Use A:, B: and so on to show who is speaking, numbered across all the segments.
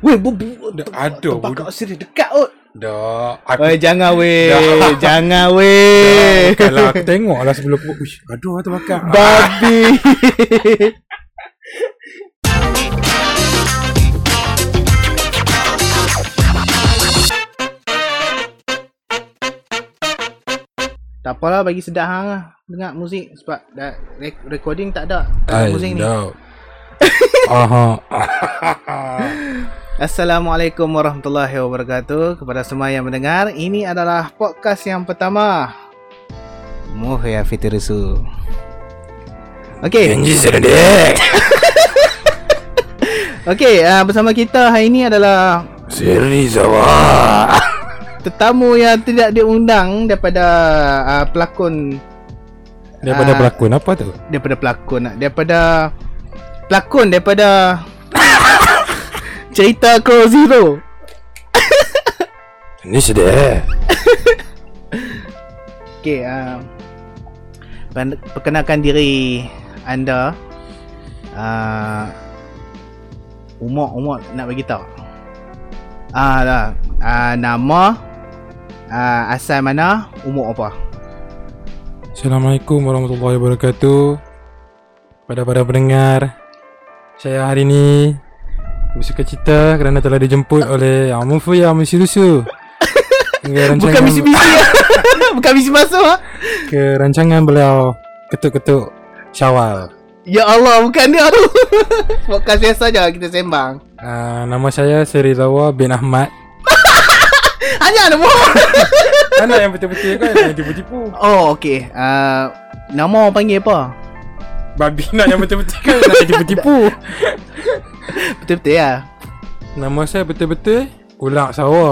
A: Weh, berburuk
B: Dah ada
A: Tempat
B: bodoh.
A: kau serius dekat kot.
B: Dah. Aku,
A: Weh, jangan weh.
B: Dah.
A: jangan weh.
B: kalau aku tengok lah sebelum aku. Uish, aduh lah terbakar.
A: Babi. tak apalah bagi sedap hang lah dengar muzik sebab dah rec- recording tak ada tak ada muzik ni.
B: doubt. Aha.
A: Assalamualaikum warahmatullahi wabarakatuh kepada semua yang mendengar. Ini adalah podcast yang pertama. Muhya Fitrusu. Okey.
B: Kenji sedek.
A: Okey, uh, bersama kita hari ini adalah
B: Siri Zawa.
A: tetamu yang tidak diundang daripada uh, pelakon
B: Daripada
A: Ah.
B: pelakon apa tu?
A: daripada pelakon lah. daripada pelakon daripada cerita Crow Zero.
B: Ini sedek.
A: Okey, uh, pen- perkenalkan diri anda. Uh, umur umur nak bagi tahu. Ah lah, uh, nama uh, asal mana, umur apa?
B: Assalamualaikum warahmatullahi wabarakatuh Pada para pendengar Saya hari ini Bersuka cita kerana telah dijemput oleh Amufuya Musirusu Ke
A: Bukan
B: rancangan,
A: misi-misi Bukan misi masuk ah.
B: ke rancangan beliau Ketuk-ketuk Syawal
A: Ya Allah bukan dia tu Podcast biasa je kita sembang
B: uh, Nama saya Seri Zawa bin Ahmad
A: Hanya ada buah
B: Anak yang betul-betul kan yang tipu-tipu
A: Oh okay uh, Nama orang panggil apa?
B: Babi nak yang betul-betul kan nak tipu-tipu
A: Betul-betul ya
B: Nama saya betul-betul Ulak Sawa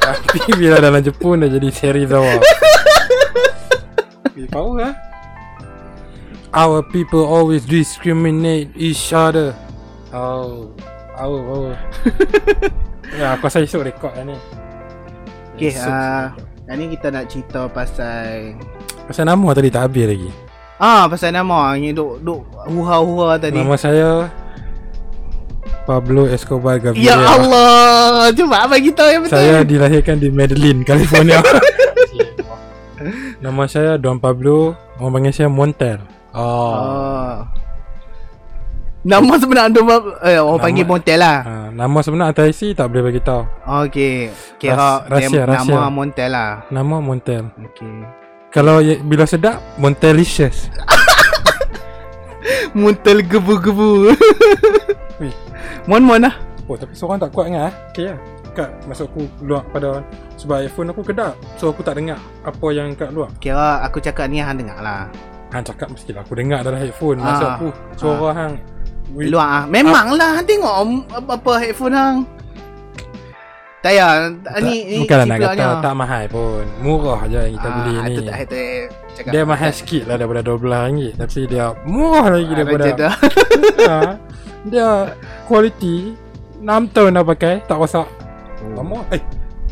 B: Tapi bila dalam Jepun dah jadi Seri Sawa Eh, Power lah Our people always discriminate each other Oh Power power Ya aku rasa esok rekod lah ni
A: Okay
B: Esok
A: uh,
B: esok.
A: Hari ni kita nak cerita pasal
B: Pasal nama tadi tak habis lagi
A: Ah pasal nama ni duk duk huha-huha tadi.
B: Nama saya Pablo Escobar
A: ya
B: Gaviria
A: Allah, cuba apa kita yang betul.
B: Saya dilahirkan di Medellin, California. Nama saya Don Pablo, orang panggil saya Montel. Oh.
A: Ah. Nama sebenar tu eh, orang
B: Nama-
A: panggil Montel lah.
B: Ha, nama sebenar atau IC tak boleh bagi tahu.
A: Okey. Kira
B: Ras-
A: dia
B: rahsia,
A: nama
B: rahsia.
A: Montel lah.
B: Nama Montel.
A: Okey.
B: Kalau ye- bila sedap, Montelicious.
A: Montel gebu-gebu.
B: Wih.
A: Mon-mon lah.
B: Oh, tapi seorang tak kuat dengar eh. Okey lah. Kak, masuk aku keluar pada sebab iPhone aku kedap. So aku tak dengar apa yang kat luar.
A: Kira aku cakap ni hang dengar lah.
B: Hang cakap mestilah aku dengar dalam headphone.
A: Ah.
B: Masa aku suara hang. Wih.
A: Luar ah. Memang lah hang tengok om- apa headphone hang. Tak payah.
B: Tak,
A: Ni ni
B: bukanlah nak
A: ciplaknya.
B: kata tak mahal pun. Murah je yang kita beli ni.
A: Itu Ah, tak itu cakap.
B: Dia mahal sikit lah daripada RM12 Tapi dia murah
A: Ah,
B: lagi daripada
A: Raja dah.
B: ha, Dia kualiti 6 tahun dah pakai Tak rosak Lama Eh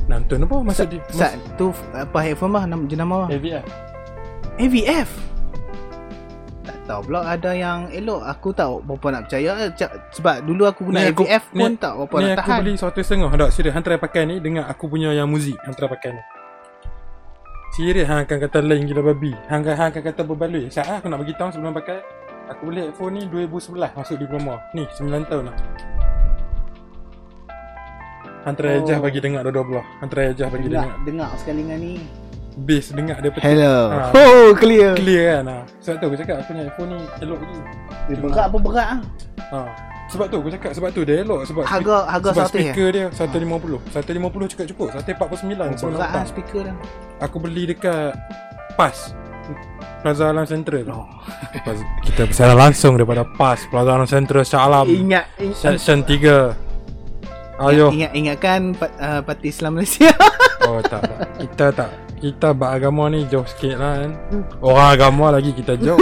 B: 6 tahun apa Maksud dia
A: Sat tu apa headphone bah nama jenama bah.
B: AVF
A: AVF. Tak tahu pula ada yang elok aku tahu berapa nak percaya Cak- sebab dulu aku guna
B: Ni aku-
A: AVF pun
B: ni-
A: tak berapa
B: Ni
A: nak
B: aku
A: tahan.
B: beli satu setengah Tak serius Hang try pakai ni Dengan aku punya yang muzik Hang try pakai ni Serius Hang akan kata lain gila babi Hang, hang akan kata berbaloi Saat aku nak bagi tahu sebelum pakai Aku beli headphone ni 2011 Masuk diploma Ni 9 tahun lah Hang try
A: Oh.
B: oh. bagi dengar dua-dua belah Hang try ajah bagi
A: Dengar,
B: dengar
A: dengar sekali dengan ni.
B: Bass dengar dia petik
A: Hello.
B: Ah.
A: Oh, clear.
B: Clear kan ha. Sebab tu aku cakap Aku punya headphone ni elok lagi
A: Dia berat apa berat ah?
B: ha. Sebab tu aku cakap Sebab tu dia elok Sebab speaker-
A: Harga harga
B: sebab
A: satu ya.
B: speaker dia 150 150 cukup-cukup 149
A: Oh,
B: sebelum
A: berat ah
B: datang
A: speaker dia.
B: Aku beli dekat PAS Plaza Alam Central tu
A: Oh.
B: Plaza- Kita bersiaran langsung daripada PAS Plaza Alam Central Shah Alam
A: Ingat ingat
B: Section 3 Ayo
A: ingat ingatkan pa- ah, Parti Islam Malaysia.
B: Oh tak, tak Kita tak Kita bak agama ni jauh sikit lah kan
A: Hmm.
B: Orang agama lagi kita jauh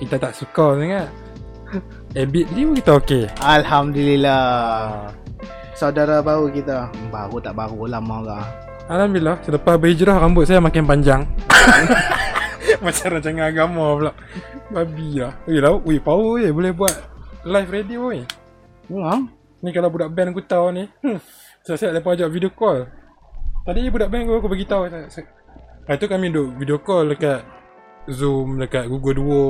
B: Kita tak suka sangat Habit ni pun kita okey
A: Alhamdulillah.
B: Ah.
A: Saudara baru kita. Baru tak baru lama lah.
B: Alhamdulillah Selepas berhijrah Rambut saya makin panjang Macam rancangan agama pula Eh, Babi lah Weh lah Weh power weh Boleh buat Live radio weh
A: Ya.
B: Ni kalau budak band aku tahu ni. Hmm. Saya lepas ajak video call. Tadi budak band aku aku bagi tahu. saya- saya- Hari tu kami duk video call dekat Zoom, dekat Google Duo,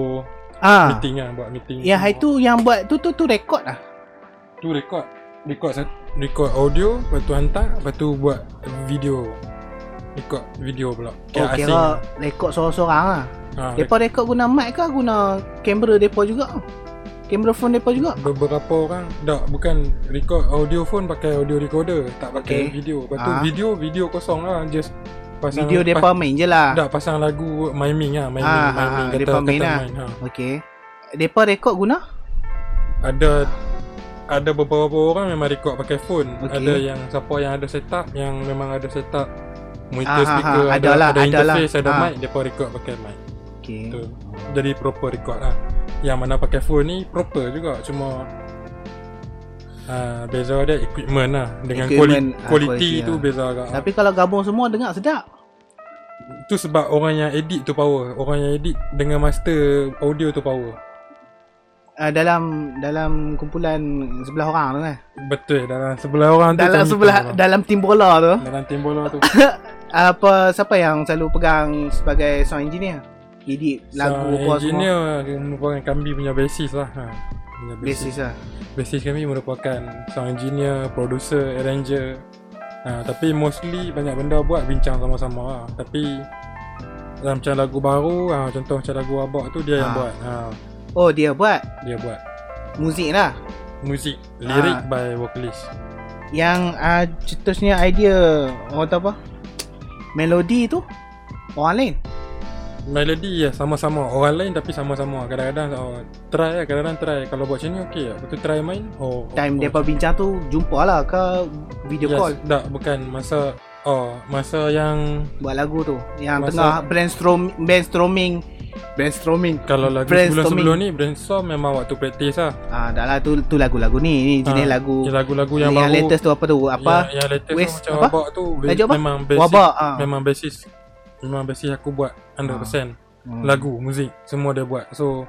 A: Ah.
B: meeting lah, buat meeting.
A: Yang hari tu yang buat tu tu tu rekod lah.
B: tu record record sat- record audio lepas tu hantar lepas tu buat video record video pula
A: Oh, kira rekod seorang-seorang lah.
B: ha,
A: Depa rekod guna mic ke guna kamera depa juga? Kamera phone depa juga?
B: rek- beberapa orang tak bukan record audio phone pakai audio recorder tak pakai
A: Okay.
B: video lepas tu
A: Ah.
B: video video kosong lah just pasang
A: Video depa main je lah.
B: tak pasang lagu miming lah miming
A: Ah,
B: miming
A: ah, depa main lah.
B: main ha.
A: Okey. Depa rekod guna?
B: ada ada beberapa orang memang record pakai phone
A: Okey.
B: ada yang siapa yang ada setup yang memang ada setup
A: Ah, ah,
B: monitor
A: ah,
B: speaker ada ada,
A: adalah, adalah.
B: interface ada
A: Ah.
B: mic depa record pakai mic
A: Okey.
B: Betul. Jadi proper record lah Yang mana pakai phone ni proper juga Cuma uh, Beza dia equipment lah Dengan
A: Equipment,
B: equipment,
A: ah,
B: quality, quality
A: quality
B: tu
A: lah.
B: beza agak Tapi,
A: Tapi kalau gabung semua dengar sedap.
B: Tu sebab orang yang edit tu power Orang yang edit dengan master audio tu power
A: Uh, dalam dalam kumpulan sebelah orang tu kan.
B: Betul dalam sebelah orang tu
A: Dalam
B: macam
A: sebelah
B: hitam orang.
A: dalam tim bola tu.
B: Dalam tim bola tu
A: Apa siapa yang selalu pegang sebagai sound engineer? Edit lagu
B: Sound
A: apa semua.
B: engineer merupakan kami punya basis lah ha. Punya
A: Basis lah.
B: Basis kami merupakan sound engineer, producer, arranger ha, Tapi mostly banyak benda buat bincang sama-sama lah Tapi dalam macam lagu baru, ha, contoh macam lagu Abak tu dia yang
A: Ah.
B: buat ha,
A: Oh, dia buat
B: Dia buat
A: muzik lah.
B: Muzik, lirik
A: Ah.
B: by vocalist
A: Yang uh, cetusnya idea orang tahu apa? Melodi tu orang lain.
B: Melody ya sama-sama, orang lain tapi sama-sama Kadang-kadang oh, try lah, kadang-kadang try Kalau buat macam ni okey lah, lepas tu try main oh,
A: Time
B: oh,
A: depa bincang tu jumpa lah ke video
B: yes,
A: call
B: Tak, bukan masa Oh, masa yang
A: buat lagu tu. Yang
B: Masa-
A: tengah brainstorm brainstorming brainstorming.
B: kalau lagu
A: Brainstorming.
B: sebelum-sebelum ni brainstorm memang waktu praktis lah
A: Ah, dah lah tu tu lagu-lagu ni, ni jenis
B: Ah,
A: lagu.
B: Yang lagu-lagu
A: Yang,
B: yang, baru Ya,
A: latest tu apa tu? Apa?
B: Yang, yang latest
A: Waste-
B: tu macam
A: apa?
B: wabak tu be-
A: Tajuk apa?
B: Memang basis
A: Wabak. Ah.
B: Memang basis Memang basis aku buat 100%
A: Hmm.
B: Lagu, muzik Semua dia buat So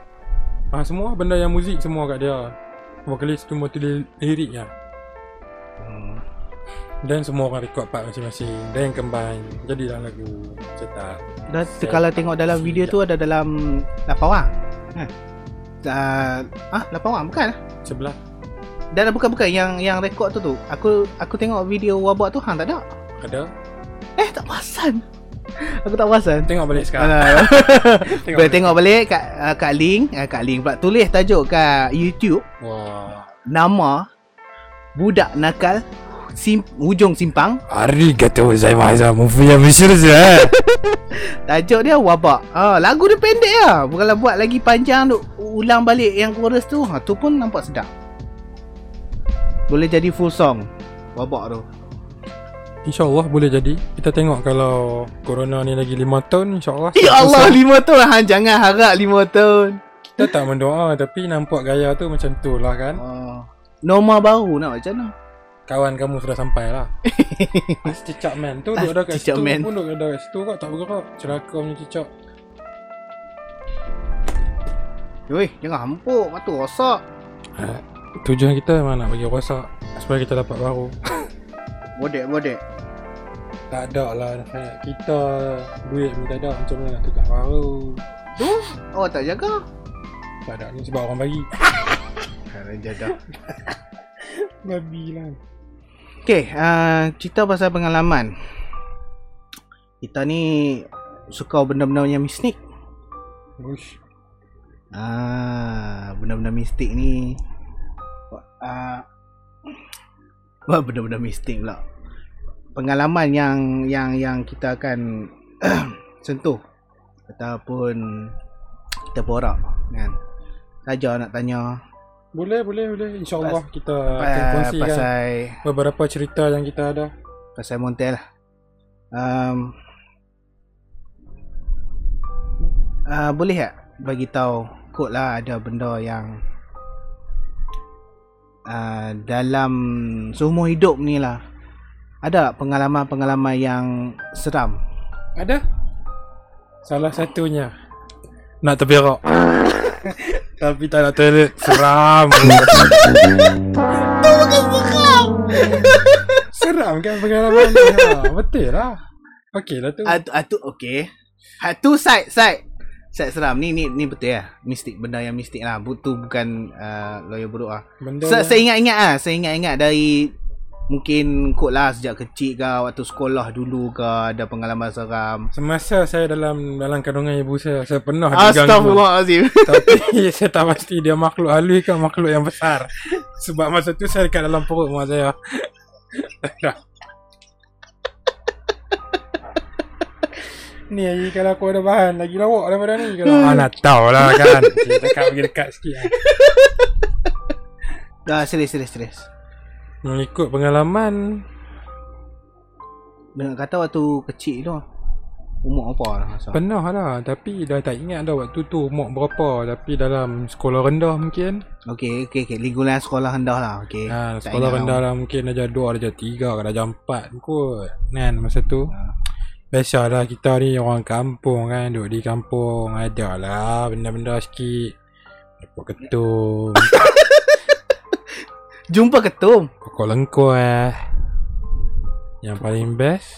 B: ah, Semua benda yang muzik Semua kat dia Vokalis tu mesti li- lirik lah
A: Hmm.
B: Dan semua orang record part masing-masing Dan combine Jadilah lagu Cetak
A: Dan tu kalau tengok dalam video tu ada dalam 8 orang. Ha. Ah, ah 8 orang bukan?
B: Sebelah
A: Dan bukan bukan yang yang rekod tu tu. Aku aku tengok video wabak tu hang tak ada.
B: ada
A: Eh tak perasan. Aku tak perasan.
B: Tengok balik sekarang
A: Ah,
B: Tengok
A: Boleh tengok balik kat ah, kat link, ah, kat link pula tulis tajuk kat YouTube
B: Wah
A: nama budak nakal sim, hujung simpang
B: Arigatou gozaimasu Mufuya mishirzu eh
A: Tajuk dia wabak. Ha, lagu dia pendek lah. Bukanlah buat lagi panjang duk ulang balik yang chorus tu. Ha, tu pun nampak sedap. Boleh jadi full song. Wabak tu.
B: InsyaAllah boleh jadi Kita tengok kalau Corona ni lagi 5 tahun InsyaAllah
A: Ya Allah, lima tahun. Ha, jangan harap lima tahun.
B: Kita tak mendoa Tapi nampak gaya tu macam tu lah kan
A: Oh. Norma baru nak macam mana?
B: Kawan kamu sudah sampai lah As cicak man tu
A: Tas
B: Duduk dah kat
A: Ah, cicak
B: situ
A: man.
B: pun Duduk dah kat situ kot Tak bergerak Celaka punya cicak
A: Weh, jangan hampuk. Patut rosak.
B: Tujuan kita memang nak bagi rosak Supaya kita dapat baru
A: Bodek-bodek.
B: Tak ada lah Nafiat. Kita Duit pun tak ada Macam mana nak tukar baru
A: Tu? Oh, tak jaga.
B: Tak ada ni sebab orang bagi
A: Karen jaga.
B: Babi lah
A: Okay, uh, cerita pasal pengalaman. Kita ni suka benda-benda yang mistik.
B: Uish
A: Ah, benda-benda mistik ni ah apa benda-benda mistik pula. Pengalaman yang yang yang kita akan sentuh ataupun kita borak kan. Saja nak tanya
B: Boleh boleh boleh InsyaAllah kita akan kan?
A: pa-
B: kongsikan
A: pasal
B: Beberapa cerita yang kita ada
A: pasal Montel lah. Um, uh, boleh tak bagi tahu kod lah ada benda yang uh, dalam seumur hidup ni lah ada tak pengalaman-pengalaman yang seram
B: Ada? Salah satunya Nak terberak Tapi tak nak toilet Seram Seram kan pengalaman ni ha, Betul lah Okey lah tu
A: Ah, tu, ah, tu okay. Ah, tu side, side. Side seram. Ni ni ni betul lah. Mistik, benda yang mistik lah. Bu, tu bukan uh, lawyer buruk lah.
B: Benda
A: Saya
B: yang-
A: saya ingat-ingat lah. Saya ingat-ingat dari mungkin kot lah sejak kecil ke waktu sekolah dulu ke ada pengalaman seram.
B: Semasa saya dalam dalam kandungan ibu saya Saya pernah diganggu
A: Astaghfirullahalazim.
B: Tapi saya tak pasti dia makhluk halus ke makhluk yang besar Sebab masa tu saya dekat dalam perut mak saya Ni lagi kalau aku ada bahan Lagi lawak daripada ni Kalau ah, nak tahu lah kan Kita dekat pergi dekat sikit lah.
A: Dah serius serius serius.
B: Mengikut pengalaman
A: Benar kata waktu kecil tu umur apa lah masa.
B: Pernah lah Tapi dah tak ingat dah waktu tu umur berapa Tapi dalam sekolah rendah mungkin
A: Okey okey okey lingkungan sekolah rendah lah okey.
B: ha,
A: tak
B: Sekolah
A: ingat
B: rendah lah mungkin Darjah 2, darjah 3, darjah 4 kot Kan masa tu
A: Ha.
B: Biasalah kita ni orang kampung kan Duduk di kampung Ada lah benda-benda sikit Lepas ketum
A: Jumpa ketum.
B: Kokok lengkor eh Yang paling best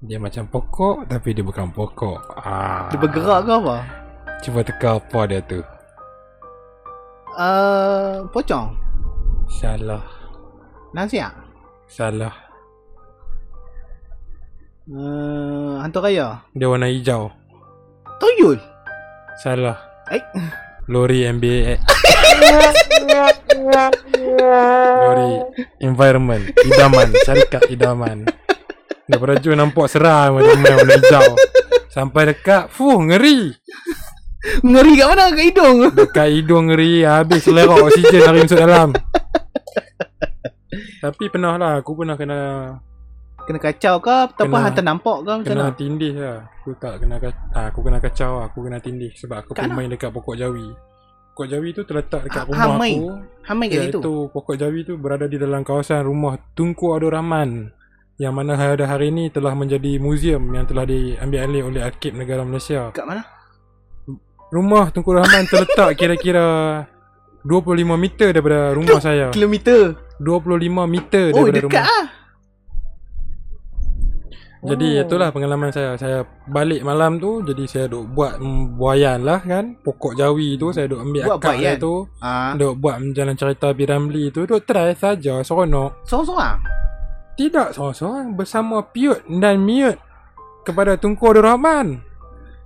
B: Dia macam pokok Tapi dia bukan pokok ah.
A: Dia bergerak ke apa?
B: Cuba teka apa dia tu
A: Uh, pocong.
B: Salah
A: Nasihat.
B: Salah
A: Uh, hantu raya.
B: Dia warna hijau
A: Tuyul.
B: Salah.
A: Eh?
B: Lori MBA. Lori environment idaman syarikat idaman. Daripada jauh nampak seram macam mana warna hijau. Sampai dekat, fuh ngeri.
A: Ngeri kat mana? Kat hidung.
B: Dekat hidung ngeri, habis selera oksigen lari masuk dalam. Tapi pernah lah, aku pernah kena
A: Kena kacau ke? Atau apa
B: Kena-
A: hantar nampak ke? Macam
B: kena
A: mana?
B: tindih lah. Aku tak kena ka- ah, aku kena kacau lah. aku kena tindih sebab aku
A: Kat
B: pun
A: mana?
B: main dekat pokok jawi. Pokok jawi tu terletak dekat
A: Ah,
B: rumah
A: ah, main.
B: aku.
A: Hamil kat
B: Ya,
A: situ.
B: itu pokok jawi tu berada di dalam kawasan rumah Tunku Abdul Rahman yang mana pada hari ini telah menjadi muzium yang telah diambil alih oleh Arkib Negara Malaysia.
A: Kat mana?
B: Rumah Tunku Rahman terletak kira-kira 25 meter daripada rumah saya.
A: Kilometer.
B: 25 meter
A: Oh,
B: daripada
A: dekat
B: rumah.
A: ah.
B: Jadi
A: Oh.
B: itulah pengalaman saya. Saya balik malam tu jadi saya duk buat mm, buayan lah kan. Pokok jawi tu saya duk ambil
A: Buat
B: akar dia
A: buayan?
B: tu.
A: Ah,
B: Duk buat jalan cerita Piramli tu. Duk try saja seronok.
A: sorang-sorang.
B: Tidak seorang-seorang bersama Piut dan Miut kepada Tunku Abdul Rahman.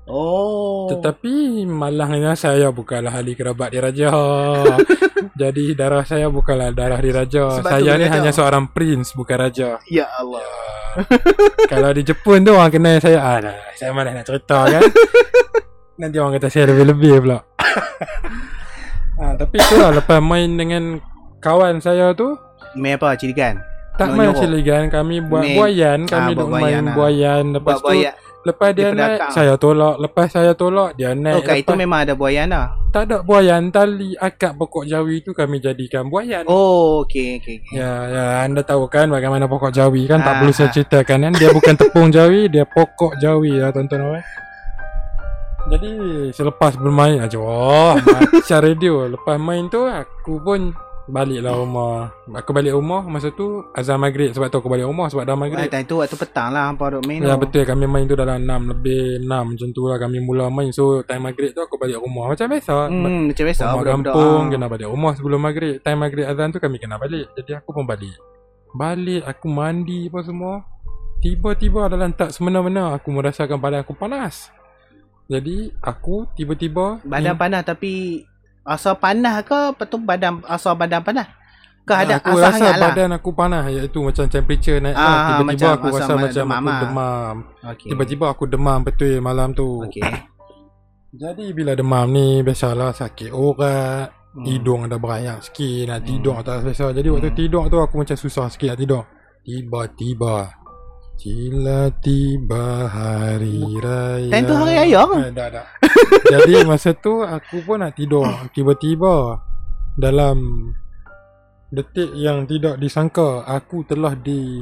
A: Oh.
B: Tetapi malangnya saya bukanlah ahli kerabat diraja. Jadi darah saya bukanlah darah diraja.
A: Sebab tu
B: saya ni
A: boleh
B: hanya
A: kacau.
B: seorang prince bukan raja. Ah.
A: Ya Allah.
B: Kalau di Jepun tu orang kenal saya, ah dah, saya malas nak cerita kan. Nanti orang kata saya lebih-lebih pula. ah, tapi itulah lepas main dengan kawan saya tu,
A: Main apa ciri kan?
B: Tak
A: Nak
B: main
A: nyorok.
B: siligan Kami buat
A: Main.
B: buayan
A: Ah,
B: Kami
A: buat
B: duk
A: buayan
B: main
A: lah.
B: buayan Lepas
A: Buat
B: tu
A: buaya.
B: Lepas dia
A: Dia
B: naik
A: pedakang.
B: Saya tolak Lepas saya tolak Dia naik
A: Oh, kat itu
B: eh, lepas,
A: memang ada buaya dah.
B: Tak ada buayan Tali akak pokok jawi tu Kami jadikan buayan
A: Oh, okey okey. okey.
B: Ya, ya, anda tahu kan bagaimana pokok jawi kan tak
A: Ah,
B: perlu saya
A: ah.
B: ceritakan kan. Dia bukan tepung jawi, dia pokok jawi ya tuan-tuan orang. Jadi selepas bermain aja wah macam radio. Lepas main tu aku pun baliklah rumah. Aku balik rumah masa tu azan maghrib sebab tu aku balik rumah sebab
A: Ah,
B: dah maghrib.
A: time tu waktu petang lah hampa duk main.
B: Ya
A: tu.
B: betul kami main tu dalam 6 lebih 6 macam tu lah kami mula main So time maghrib tu aku balik rumah macam biasa
A: Hmm, macam biasa
B: Rumah
A: budak-budak.
B: kampung
A: ah.
B: Kena balik rumah sebelum maghrib Time maghrib azan tu kami kena balik Jadi aku pun balik Balik aku mandi apa semua Tiba-tiba dalam tak semena-mena Aku merasakan badan aku panas Jadi aku tiba-tiba Hmm.
A: Badan
B: ni-
A: panas tapi asal panas ke lepas tu badan asal badan panas? Ke ada
B: Aku
A: asal
B: rasa
A: hangat lah.
B: badan aku panas Iaitu macam temperature naik lah
A: Ah,
B: Tiba-tiba
A: macam
B: aku
A: asam
B: rasa
A: ma-
B: macam
A: demam
B: aku
A: lah.
B: demam
A: Okey.
B: Tiba-tiba aku demam betul malam tu
A: Okey. Hmm.
B: Jadi bila demam ni Biasalah sakit urat
A: Hmm.
B: Hidung ada berayak sikit Nak
A: Hmm.
B: tidur tak selesa Jadi waktu
A: Hmm.
B: tidur tu aku macam susah sikit nak tidur Tiba-tiba Bila tiba hari raya
A: Time tu hari raya ke?
B: Eh, Dah dah Jadi masa tu aku pun nak tidur Tiba-tiba Dalam Detik yang tidak disangka Aku telah di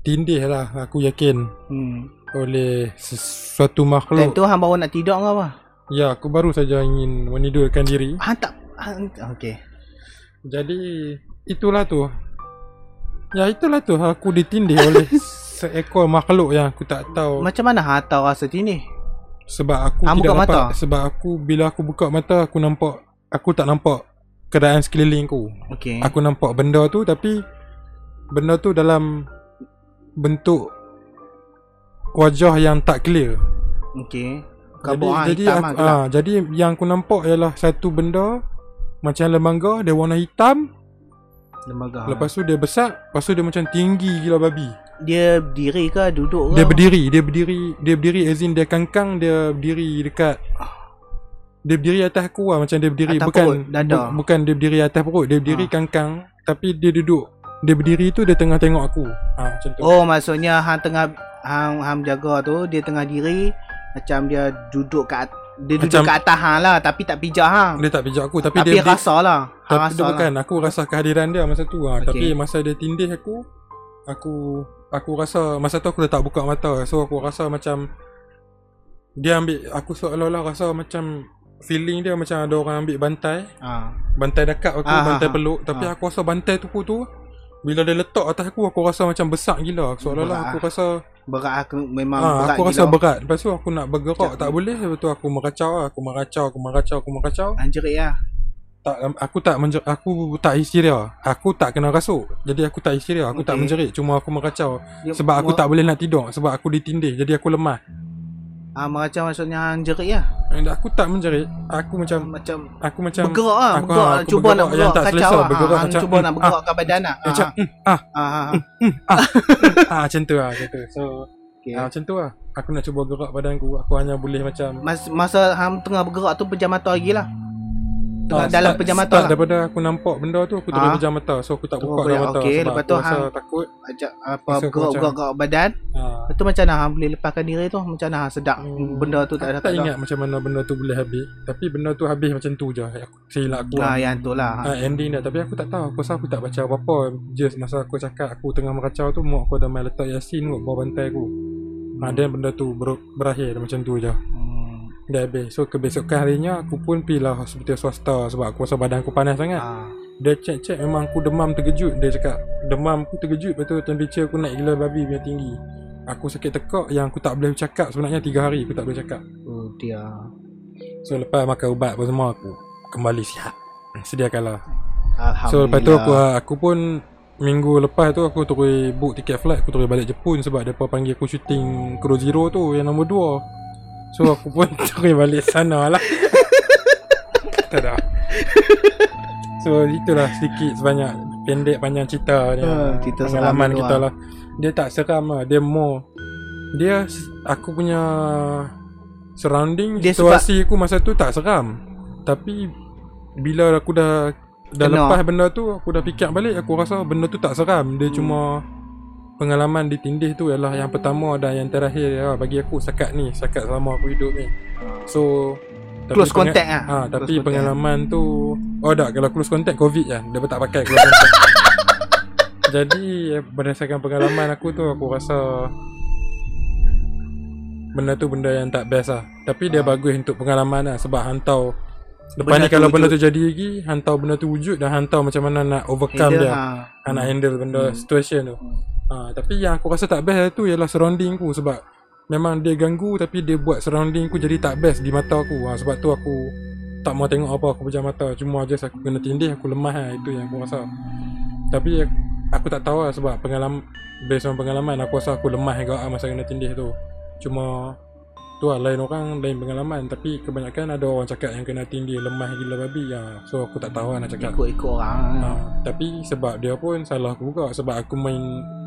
B: Tindih lah aku yakin
A: Hmm.
B: Oleh sesuatu
A: Time
B: makhluk
A: tu hang baru nak tidur ke apa? Ah,
B: Ya aku baru saja ingin menidurkan diri
A: Hang tak hang, okey.
B: Jadi itulah tu Ya itulah tu Aku ditindih oleh Seekor makhluk yang aku tak tahu
A: Macam mana Hatta rasa sini?
B: Sebab aku
A: Ah,
B: tidak
A: buka
B: nampak
A: mata?
B: Sebab aku Bila aku buka mata Aku nampak Aku tak nampak Keadaan sekeliling aku
A: Okey.
B: Aku nampak benda tu Tapi Benda tu dalam Bentuk Wajah yang tak clear
A: Okey. Kabur ah
B: jadi
A: hitam ah
B: aku,
A: gelap.
B: ah, jadi yang aku nampak ialah satu benda macam lembaga dia warna hitam,
A: Lembaga.
B: lepas tu dia besar, lepas tu dia macam tinggi gila babi.
A: dia berdiri ke duduk ke?
B: Dia berdiri, dia berdiri, dia berdiri as in dia kangkang, dia berdiri dekat dia berdiri atas aku lah macam dia berdiri
A: Atas
B: bukan
A: perut, dada.
B: bu- bukan dia berdiri atas perut, dia berdiri
A: Ha.
B: kangkang tapi dia duduk. Dia berdiri tu dia tengah tengok aku. Ah macam tu.
A: Oh maksudnya hang tengah hang hang jaga tu dia tengah diri macam dia duduk kat dia duduk
B: Macam-
A: kat atas hang lah tapi tak pijak hang.
B: Dia tak pijak aku tapi,
A: Tapi,
B: dia, dia
A: rasa lah. Hang
B: Tapi
A: rasa
B: tu
A: lah.
B: bukan Aku rasa kehadiran dia masa tu ha.
A: Okey.
B: okay. Tapi masa dia tindih aku Aku Aku rasa Masa tu aku dah tak buka mata So aku rasa macam Dia ambil Aku seolah-olah rasa macam Feeling dia macam ada orang ambil bantai
A: Ha.
B: Bantai dekat aku
A: Ah,
B: Bantai
A: ah,
B: peluk Tapi
A: ah.
B: aku rasa bantai tu tu Bila dia letak atas aku Aku rasa macam besar gila Seolah-olah aku
A: Berat.
B: rasa
A: Berat aku memang
B: ha,
A: berat
B: Aku rasa
A: gila.
B: berat Lepas tu aku nak bergerak
A: Sekejap.
B: Tak boleh Lepas tu aku meracau lah. Aku meracau Aku meracau Aku meracau
A: Anjerik lah.
B: tak um, aku tak menjer, aku tak hysteria. Aku tak kena rasuk. Jadi aku tak hysteria, aku okay. tak
A: Okey.
B: menjerit, cuma aku meracau
A: Dia-
B: sebab aku
A: wa-
B: tak boleh nak tidur sebab aku ditindih. Jadi aku lemah.
A: Ah macam maksudnya hang jerit lah.
B: And aku tak menjerit. Aku macam
A: Macam,
B: aku macam
A: bergerak lah,
B: aku-
A: bergerak,
B: aku
A: cuba nak
B: bergerak yang
A: bergerak,
B: tak
A: kacau
B: selesa,
A: lah.
B: bergerak
A: hang
B: macam,
A: cuba nak
B: mm,
A: bergerak kat badan lah.
B: macam
A: Ah,
B: mm, ah
A: ah, ah, ah.
B: ah macam tu lah macam tu. So
A: Okey.
B: ah, macam tu lah. Aku nak cuba gerak badan aku. Aku hanya boleh macam
A: Mas, masa hang tengah bergerak tu pejam mata lagi lah. Tengah
B: Ah,
A: dalam
B: start-
A: pejam mata
B: start
A: lah.
B: daripada aku nampak benda tu aku terus
A: Ah.
B: pejam mata. So aku tak
A: Terus
B: buka dah
A: boleh,
B: mata
A: okey.
B: sebab
A: Lepas
B: aku
A: tu
B: rasa
A: hang-
B: takut.
A: Ajak apa
B: Masa aku macam-
A: bergerak-gerak badan.
B: Ah.
A: Lepas tu macam mana hang boleh lepaskan diri tu? Macam mana hang sedap
B: Hmm,
A: benda tu tak ada
B: Aku tak ingat macam mana benda tu boleh habis Tapi benda tu habis macam tu je Aku silap aku
A: Nah,
B: lah
A: yang tu lah.
B: Ah, ending dia Tapi aku tak tahu Aku rasa aku tak baca apa-apa Just masa aku cakap Aku tengah meracau tu Mak aku dah main letak Yasin kot Bawah bantai aku ha, Then benda tu ber- berakhir macam tu je
A: Hmm.
B: Dah habis So kebesokan harinya Aku pun pergi lah hospital swasta Sebab aku rasa badan aku panas sangat
A: Ah.
B: Dia check-check memang aku demam terkejut Dia cakap Demam aku terkejut Lepas tu temperature aku naik gila babi punya tinggi Aku sakit tekak yang aku tak boleh cakap Sebenarnya 3 hari aku tak boleh cakap
A: Oh, dia.
B: So lepas makan ubat apa semua aku kembali sihat. Sediakanlah.
A: Alhamdulillah.
B: So lepas tu aku ah, aku pun minggu lepas tu aku terus book tiket flight aku terus balik Jepun sebab depa panggil aku syuting Crow Zero tu yang nombor 2. So aku pun terus balik sana lah. tak ada. So itulah sedikit sebanyak pendek panjang cerita ni.
A: Ah, cerita seram
B: pengalaman
A: tu
B: kita
A: lah.
B: lah. Dia tak seram lah, dia more dia aku punya surrounding
A: Dia
B: dia situasi aku masa tu tak seram. Tapi bila aku dah
A: Kena.
B: dah Kena. lepas benda tu aku dah fikir balik aku rasa benda tu tak seram. Dia
A: Hmm.
B: hmm. cuma pengalaman ditindih tu ialah yang pertama dan yang terakhir ya, bagi aku setakat ni, setakat selama aku hidup ni. So tapi
A: close
B: penga-
A: contact ah.
B: Ha, tapi
A: Close contact.
B: pengalaman tu Oh tak, kalau close contact COVID kan Dia tak pakai close contact Jadi eh, berdasarkan pengalaman aku tu Aku rasa Benda tu benda yang tak best lah Tapi
A: Ah.
B: dia bagus untuk pengalaman lah Sebab hantau Lepas
A: Benda
B: ni
A: tu
B: kalau benda
A: wujud.
B: tu jadi lagi Hantau benda tu wujud Dan hantau macam mana nak overcome
A: Handle,
B: dia
A: ha.
B: ha, Nak handle benda
A: Hmm.
B: situation tu
A: Hmm.
B: ha, Tapi yang aku rasa tak best tu Ialah surrounding ku Sebab Memang dia ganggu Tapi dia buat surrounding ku Jadi tak best di mata aku ha, Sebab tu aku Tak mau tengok apa Aku pejam mata Cuma just aku kena tindih Aku lemah lah Itu yang aku rasa Tapi aku- Aku tak tahu lah Sebab pengalaman Based on pengalaman Aku rasa aku lemah juga lah Masa kena tindih tu Cuma Tu lah lain orang Lain pengalaman Tapi kebanyakan ada orang cakap Yang kena tindih Lemah gila babi ya. So aku tak tahu lah nak cakap
A: Ikut-ikut orang.
B: ha, Tapi sebab dia pun Salah aku juga Sebab aku main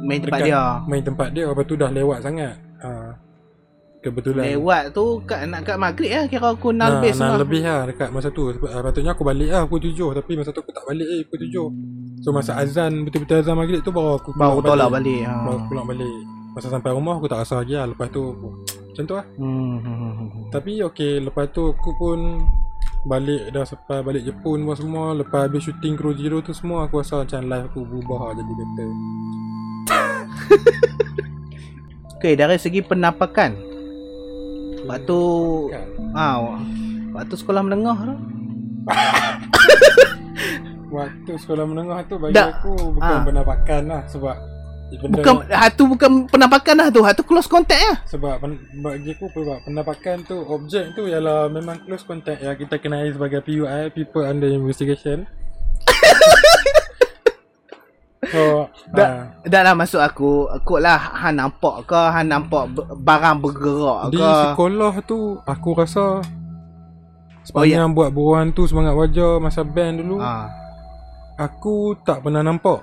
A: Main tempat
B: dekat-
A: dia.
B: main tempat dia lepas tu dah lewat sangat. Ha. Kebetulan.
A: Lewat tu kat nak kat maghrib lah kira aku
B: Ha,
A: nak lebih
B: nak
A: semua.
B: lebih lah dekat masa tu. Sebab, ah, patutnya aku balik lah pukul tujuh tapi masa tu aku tak balik eh pukul tujuh. So masa azan betul-betul azan maghrib tu baru aku
A: Hmm. Baru
B: keluar
A: tolak balik. Ha.
B: Baru aku keluar balik. Masa sampai rumah aku tak rasa lagi lah. Lepas tu macam tu lah.
A: Hmm, hmm, hmm, hmm.
B: Tapi okey lepas tu aku pun balik dah sampai balik Jepun apa semua lepas habis syuting Crew Zero tu semua aku rasa macam life aku berubah lah jadi better.
A: Okay, dari segi penampakan. Waktu
B: Kan?
A: ah, waktu sekolah menengah tu.
B: Waktu sekolah menengah tu bagi
A: Tak.
B: aku bukan
A: Ah.
B: penampakan lah sebab eh, benda
A: Bukan hatu bukan penampakan lah tu. Hatu close contact lah.
B: sebab pen- bagi aku sebab penampakan tu objek tu ialah memang close contact yang kita kenali sebagai PUI people under investigation. so ah,
A: Tak, tak lah masuk aku. Kot lah Han nampak ke, Han nampak ber- barang bergerak
B: ah, Di
A: ke.
B: sekolah tu
A: Oh,
B: Aku rasa
A: ya.
B: Sepanjang buat buruan tu Semangat wajar Masa band dulu
A: Ha.
B: Aku tak pernah nampak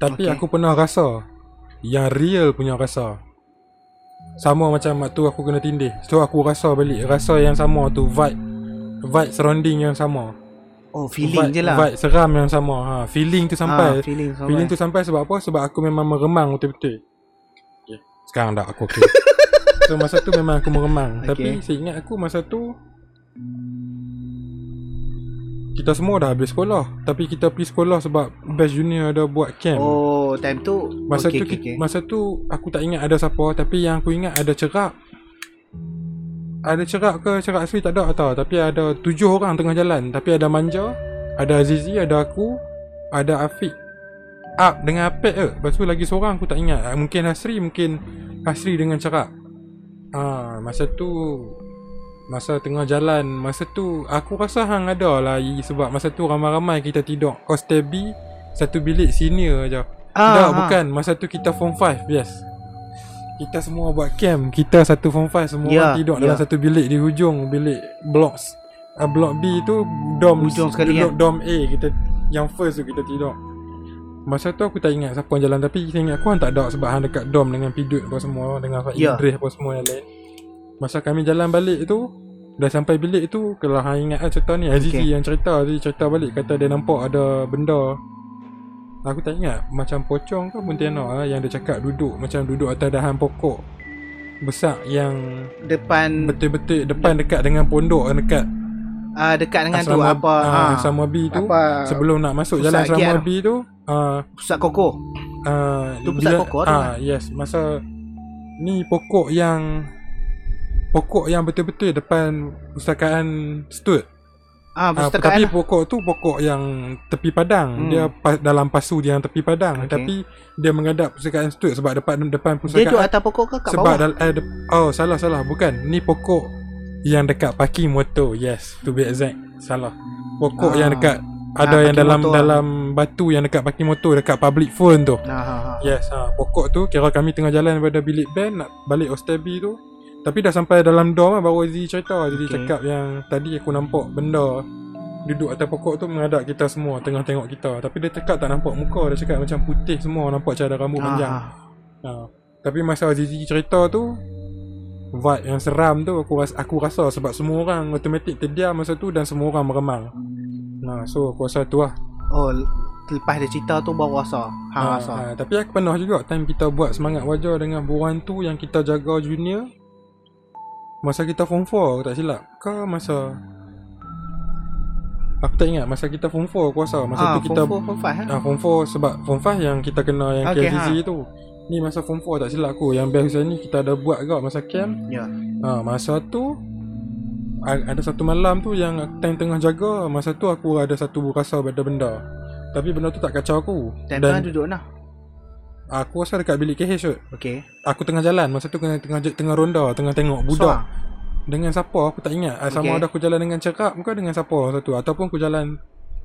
B: Tapi
A: Okey.
B: aku pernah rasa Yang real punya rasa Sama macam waktu aku kena tindih So aku rasa balik Rasa yang sama tu Vibe Vibe surrounding yang sama
A: Oh, feeling
B: vibe,
A: je lah.
B: Vibe seram yang sama ha, Feeling tu
A: Ha,
B: sampai
A: feeling sampai.
B: Feeling tu sampai sebab apa? Sebab aku memang meremang betul-betul. Okay. Sekarang dah aku okey. so masa tu memang aku meremang. Okay. Tapi
A: Okey.
B: seingat aku masa tu kita semua dah habis sekolah. Tapi kita pergi sekolah sebab best junior ada buat camp.
A: Oh, time tu.
B: masa
A: okey,
B: tu
A: okey,
B: ki-
A: okey.
B: masa tu aku tak ingat ada siapa tapi yang aku ingat ada cerak. Ada cerak ke cerak asli tak ada tau Tapi ada tujuh orang tengah jalan Tapi ada Manja Ada Azizi Ada aku Ada Afiq Up dengan Apek ke Lepas tu lagi seorang aku tak ingat Ah, Mungkin Hasri Mungkin Hasri dengan cerak Ah, Masa tu Masa tengah jalan Masa tu Aku rasa hang ada lah Yi, Sebab masa tu ramai-ramai kita tidur Kos tebi Satu bilik senior je
A: Ah,
B: Tak
A: ah.
B: bukan Masa tu kita form 5 Yes Kita semua buat camp Kita satu form 5 Semua
A: Ya,
B: orang tidur dalam
A: ya.
B: satu bilik Di hujung bilik Blocks uh, Block B tu Dom
A: Hujung sekali, ya.
B: duduk Dom A kita Yang first tu kita tidur Masa tu aku tak ingat siapa yang jalan Tapi saya ingat aku hang tak ada Sebab hang dekat dom dengan Pidut apa semua Dengan Fahim
A: Ya.
B: yeah. Idris apa semua yang lain Masa kami jalan balik tu Dah sampai bilik tu Kalau hang ingat lah cerita ni Azizi
A: Okey.
B: okay. yang cerita Azizi cerita balik Kata dia nampak ada benda Aku tak ingat Macam pocong ke Pontianak lah Yang dia cakap duduk Macam duduk atas dahan pokok Besar yang
A: Depan
B: Betul-betul Depan dekat dengan pondok Dekat
A: ah, dekat dengan tu
B: asrama-
A: apa?
B: ah,
A: ha.
B: Asrama B tu
A: apa
B: sebelum nak masuk
A: pusat
B: jalan
A: giat
B: asrama
A: tu.
B: B tu uh,
A: pusat koko.
B: uh,
A: Tu pusat pokok tu lah.
B: uh, yes masa ni pokok yang pokok yang betul-betul depan pustakaan stud
A: Ah,
B: uh,
A: pustakaan.
B: tapi
A: lah.
B: pokok tu pokok yang tepi padang
A: Hmm.
B: dia pa- dalam pasu dia yang tepi padang
A: Okey.
B: tapi dia menghadap pustakaan stud sebab depan depan
A: dia duduk
B: pustakaan
A: atas pokok ke kat
B: sebab
A: bawah?
B: dal- eh, de- oh salah salah bukan ni pokok yang dekat parking motor yes to be exact salah pokok
A: Ah.
B: yang dekat ada
A: Ah,
B: yang
A: parking
B: dalam
A: motor.
B: dalam batu yang dekat parking motor dekat public phone tu
A: Nah, ha, ha.
B: yes ha, pokok tu kira kami tengah jalan daripada bilik band nak balik hostel B tu tapi dah sampai dalam dorm lah, baru Aziz cerita Aziz
A: Okay.
B: cakap yang tadi aku nampak benda duduk atas pokok tu menghadap kita semua tengah tengok kita tapi dia cakap tak nampak muka dia cakap macam putih semua nampak cara rambut
A: Ah,
B: panjang
A: ah.
B: Ha. Tapi masa Azizi cerita tu Vibe yang seram tu aku rasa, aku rasa sebab semua orang automatik terdiam masa tu dan semua orang meremang Nah, so aku rasa tu lah
A: Oh, lepas dia cerita tu baru rasa. Ha,
B: Ah,
A: rasa.
B: ah, Tapi aku pernah juga time kita buat semangat wajar dengan buruan tu yang kita jaga junior Masa kita form 4 aku tak silap Ke masa Aku tak ingat masa kita form 4 aku rasa Masa
A: Ah,
B: tu kita
A: form four, form five, ha?
B: Ah, form 4 sebab form 5 yang kita kena yang
A: Okey,
B: okay, KLCC ha. tu. Ni masa form 4 tak silap aku. Yang best ni kita ada buat ke masa camp.
A: Ya.
B: Ha, masa tu a- ada satu malam tu yang time tengah jaga, masa tu aku ada satu rasa benda benda. Tapi benda tu tak kacau aku.
A: Time tu
B: Dan
A: hang duduk nah.
B: aku rasa dekat bilik KH kot.
A: Okey.
B: Aku tengah jalan masa tu tengah tengah, tengah ronda, tengah tengok budak.
A: Seorang?
B: Dengan siapa aku tak ingat okay. Sama
A: Okey.
B: ada aku jalan dengan cakap Bukan dengan siapa orang tu Ataupun aku jalan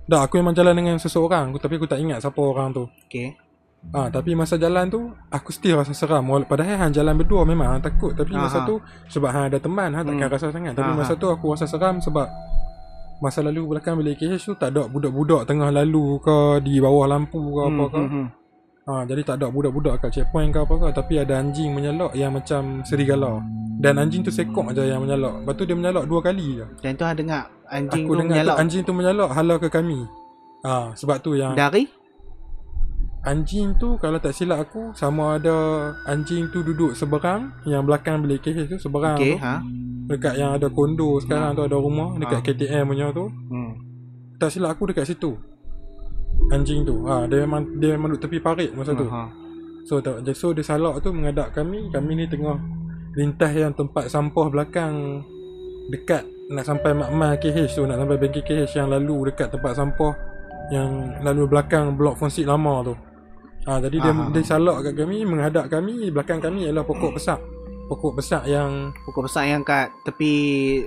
B: Tak aku memang jalan dengan seseorang aku, Tapi aku tak ingat siapa orang tu
A: Okey. Hmm.
B: Ah, tapi masa jalan tu aku still rasa seram. Wala- Padahal hang jalan berdua memang hang takut tapi Aha. masa
A: Aha.
B: tu sebab hang ada teman hang takkan
A: Hmm.
B: rasa sangat. Tapi
A: Aha.
B: masa tu aku rasa seram sebab masa lalu belakang bilik KH tu tak ada budak-budak tengah lalu ke di bawah lampu ke apa
A: Hmm,
B: ke.
A: hmm, hmm.
B: Ha, jadi tak ada budak-budak kat checkpoint ke apa ke tapi ada anjing menyalak yang macam serigala. Dan anjing tu sekok aja yang menyalak. Lepas tu dia menyalak dua kali je.
A: Time tu hang dengar anjing
B: Aku
A: tu
B: dengar tu,
A: menyalak
B: anjing tu menyalak hala ke kami. Ah, sebab tu yang
A: dari
B: Anjing tu kalau tak silap aku sama ada anjing tu duduk seberang yang belakang bilik KH tu seberang
A: Okey,
B: okay. tu
A: ha.
B: dekat yang ada kondo sekarang tu ada rumah dekat
A: Ha.
B: KTM punya tu
A: Hmm.
B: tak silap aku dekat situ anjing tu ha dia memang dia memang duduk tepi parit masa tu
A: Ha.
B: so tak so dia salak tu menghadap kami kami ni tengah lintas yang tempat sampah belakang dekat nak sampai makmal KH tu nak sampai bengkel KH yang lalu dekat tempat sampah yang lalu belakang blok Fonsik lama tu. Ha, jadi dia,
A: Ah.
B: dia salak kat kami, menghadap kami, belakang kami ialah pokok pesak. Pokok pesak yang
A: Pokok besar yang kat tepi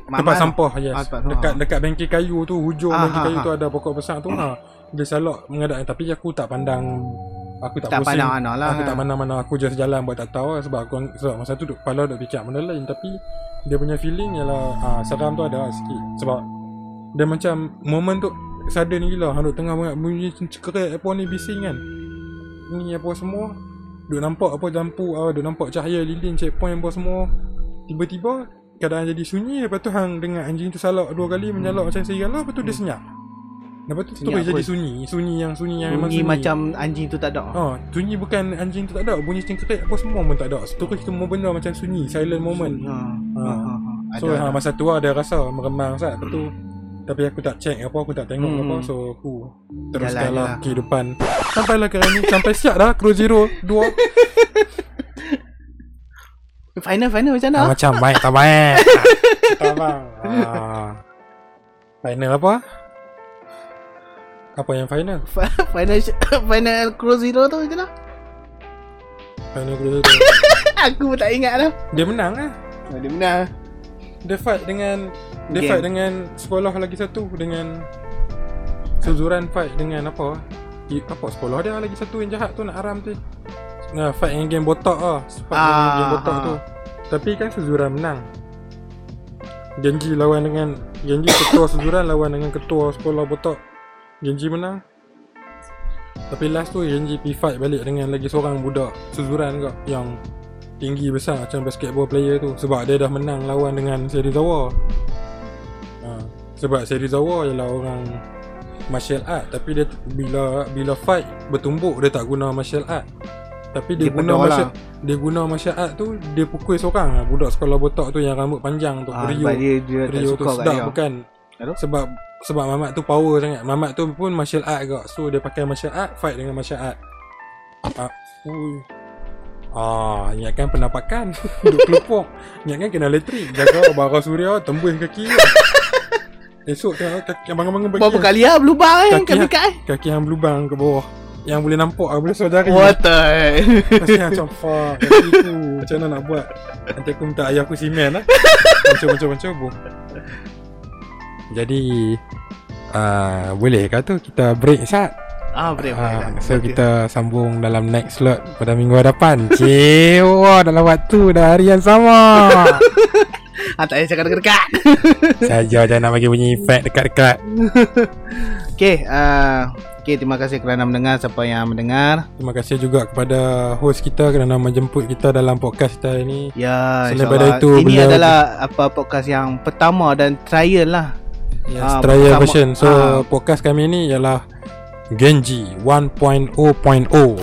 B: tempat sampah, yes.
A: Ah, tempat sampah.
B: dekat dekat bengkel kayu tu, hujung
A: Ah,
B: bengkel
A: ah,
B: kayu
A: ah.
B: tu ada pokok pesak tu. Ha, dia salak menghadap tapi aku tak pandang aku tak,
A: Tak
B: pusing.
A: pandang anak lah.
B: Aku tak mana-mana Aku just jalan buat tak tahu lah Sebab aku sebab masa tu duk, Kepala duk fikir benda lain Tapi Dia punya feeling ialah ah, Seram tu ada lah sikit Sebab Dia macam Moment tu Sudden gila Hang duk tengah bangat Bunyi cekerik apa ni bising kan Ni apa semua Duk nampak apa lampu ah, Duk nampak cahaya lilin checkpoint apa semua Tiba-tiba Keadaan jadi sunyi Lepas tu hang dengar anjing tu salak dua kali Menyalak macam serigala Lepas tu dia senyap Lepas tu
A: Senyap
B: terus jadi
A: pun.
B: sunyi Sunyi yang sunyi yang memang
A: Bunyi macam anjing tu tak ada.
B: Ha, sunyi bukan anjing tu tak ada, bunyi cengkerik apa semua pun tak ada. Terus semua benda macam sunyi, silent moment.
A: Ha.
B: Ha.
A: Ha. ha, ha. Ada.
B: So
A: ada.
B: ha, masa tu lah dia rasa meremang sat. Lepas tu tapi aku tak check apa, aku tak tengok
A: Hmm.
B: apa. So aku
A: Jalan je lah.
B: teruskanlah kehidupan. Sampailah kerana ni sampai siap dah Crew Zero 2.
A: Final final macam mana?
B: Ah, macam baik tak baik. tak bang. Ah. Final apa? Apa yang final?
A: Fi- final final Crow Zero tu macam mana?
B: Final Crew Zero.
A: Aku pun tak ingat dah.
B: dia menang lah.
A: Oh, dia benar.
B: Dia fight dengan Dia
A: Gang.
B: fight dengan Sekolah lagi satu Dengan Suzuran fight dengan apa I- Apa sekolah dia lagi satu Yang jahat tu nak haram tu Nah, fight dengan geng botak lah Fight ah, dengan
A: Ah,
B: geng botak
A: ah.
B: tu Tapi kan Suzuran menang Genji lawan dengan Genji ketua Suzuran lawan dengan ketua sekolah botak Genji menang Tapi last tu Genji pergi fight balik dengan lagi seorang budak Suzuran kot Yang tinggi besar macam basketball player tu sebab dia dah menang lawan dengan Serizawa. Ha, sebab Serizawa ialah orang martial art tapi dia bila bila fight bertumbuk dia tak guna martial art. Tapi dia,
A: Dia lah.
B: guna
A: pedau
B: martial dia guna martial art tu dia pukul seorang lah budak sekolah botak tu yang rambut panjang tu
A: Ah,
B: Rio.
A: sebab dia, dia tak
B: Rio tu
A: suka kat
B: sedap
A: dia.
B: bukan
A: Hello?
B: sebab sebab Mamat tu power sangat Mamat tu pun martial art juga So dia pakai martial art Fight dengan martial art Ah, ui. Ah, ingatkan penampakan Duduk kelupuk Ingatkan kena elektrik Jaga bara suria Tembus kaki Esok tengok kaki Abang-abang
A: Berapa
B: bagi
A: kali lah berlubang eh
B: Kaki
A: kat
B: hang-
A: pikat eh?
B: Kaki yang berlubang ke bawah Yang boleh nampak ah, Boleh saudari
A: What the
B: Lepas tu macam Fuck Kaki aku Macam mana nak buat Nanti aku minta ayah aku simen lah Mencuba-cuba-cuba Jadi uh, Bolehkah tu kita break Sat?
A: Ah, break
B: Ah,
A: break.
B: so kita sambung dalam next slot pada minggu hadapan Cewa dalam waktu dah hari yang sama
A: Ah, tak payah cakap dekat-dekat.
B: Saja jangan nak bagi bunyi efek dekat-dekat
A: Okey, ah okey terima kasih kerana mendengar siapa yang mendengar.
B: Terima kasih juga kepada host kita kerana menjemput kita dalam podcast kita hari ini
A: Ya, insyaAllah.
B: Selain daripada itu,
A: ini
B: bila-
A: adalah apa podcast yang pertama dan trial lah.
B: Yes,
A: Ah, sama-
B: trial version So
A: ah.
B: podcast kami ni ialah Genji 1.0.0 oh.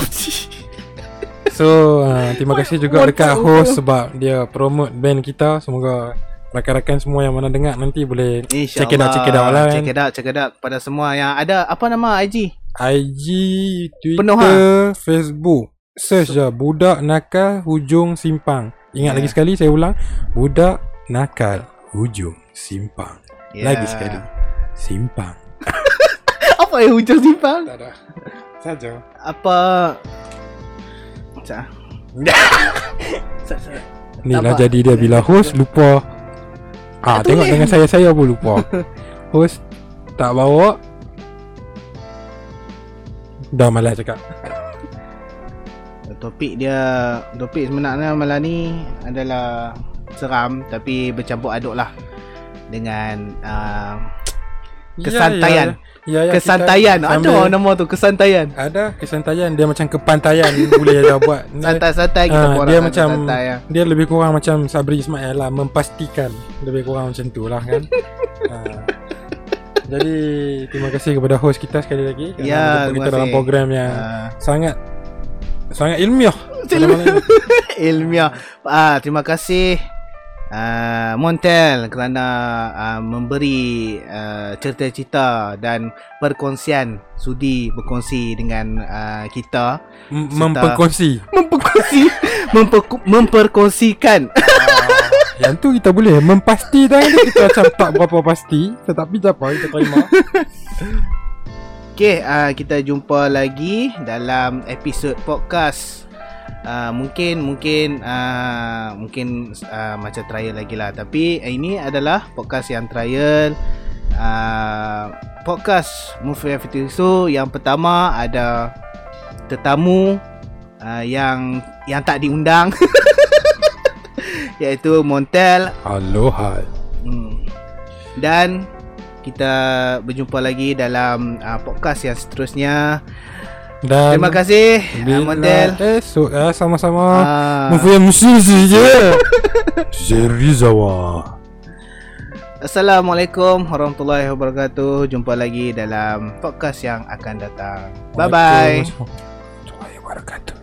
B: So uh, terima kasih juga dekat
A: oh.
B: host sebab dia promote band kita Semoga rakan-rakan semua yang mana dengar nanti boleh
A: Insya
B: check it out, check it out lah kan
A: Check it out, check it out kepada semua yang ada apa nama IG?
B: IG, Twitter,
A: Penuh, ha?
B: Facebook. Search je budak nakal hujung simpang. Ingat
A: Yeah.
B: lagi sekali saya ulang, budak nakal hujung simpang.
A: Ya.
B: Lagi sekali. Simpang.
A: Apa yang hujung simpang?
B: Tak ada. Saja.
A: Apa Sat. Sat, sat. Tak apa.
B: Inilah lah jadi dia bila host lupa. Ah,
A: Tak
B: tengok
A: boleh.
B: dengan saya saya pun lupa. host tak bawa. Dah malas cakap.
A: Topik dia Topik sebenarnya malam ni Adalah Seram Tapi bercampur aduk lah Dengan uh, Kesantaian
B: Ya, ya, ya, kita
A: Kesantaian Ada
B: sambil-
A: orang nama tu Kesantaian
B: Ada kesantaian dia macam kepantaian boleh dia buat. Ni-
A: Santai-santai kita
B: Ah,
A: borak
B: dia
A: santai-
B: macam
A: santai lah.
B: dia lebih kurang macam Sabri Ismail lah mempastikan lebih kurang macam tu lah kan. ha. Jadi terima kasih kepada host kita sekali lagi kerana
A: Ya,
B: menjemput
A: terima
B: kita dalam
A: kasih.
B: program yang
A: Ah,
B: sangat sangat ilmiah.
A: Macam
B: Pada malam ini.
A: Ilmiah ah, Terima kasih uh, Montel Kerana uh, Memberi uh, Cerita-cerita Dan Perkongsian Sudi Berkongsi dengan uh, Kita
B: M- memperkongsi.
A: Memperkongsi memper- Memperkongsikan
B: yang tu kita boleh mempasti dah kita macam tak berapa pasti tetapi tak apa kita terima.
A: Okay, uh, kita jumpa lagi dalam episod podcast. Uh, mungkin mungkin uh, mungkin uh, macam trial lagi lah tapi uh, ini adalah podcast yang trial uh, podcast Movie Everything So yang pertama ada tetamu uh, yang yang tak diundang iaitu Montel
B: Aloha.
A: Hmm. Dan kita berjumpa lagi dalam uh, podcast yang seterusnya.
B: Dan
A: Terima kasih uh, Montel.
B: Esok eh, sama-sama.
A: Uh,
B: Mufia musim saja. Serizawa.
A: Assalamualaikum warahmatullahi wabarakatuh. Jumpa lagi dalam podcast yang akan datang. Bye bye.
B: Waalaikumsalam warahmatullahi wabarakatuh.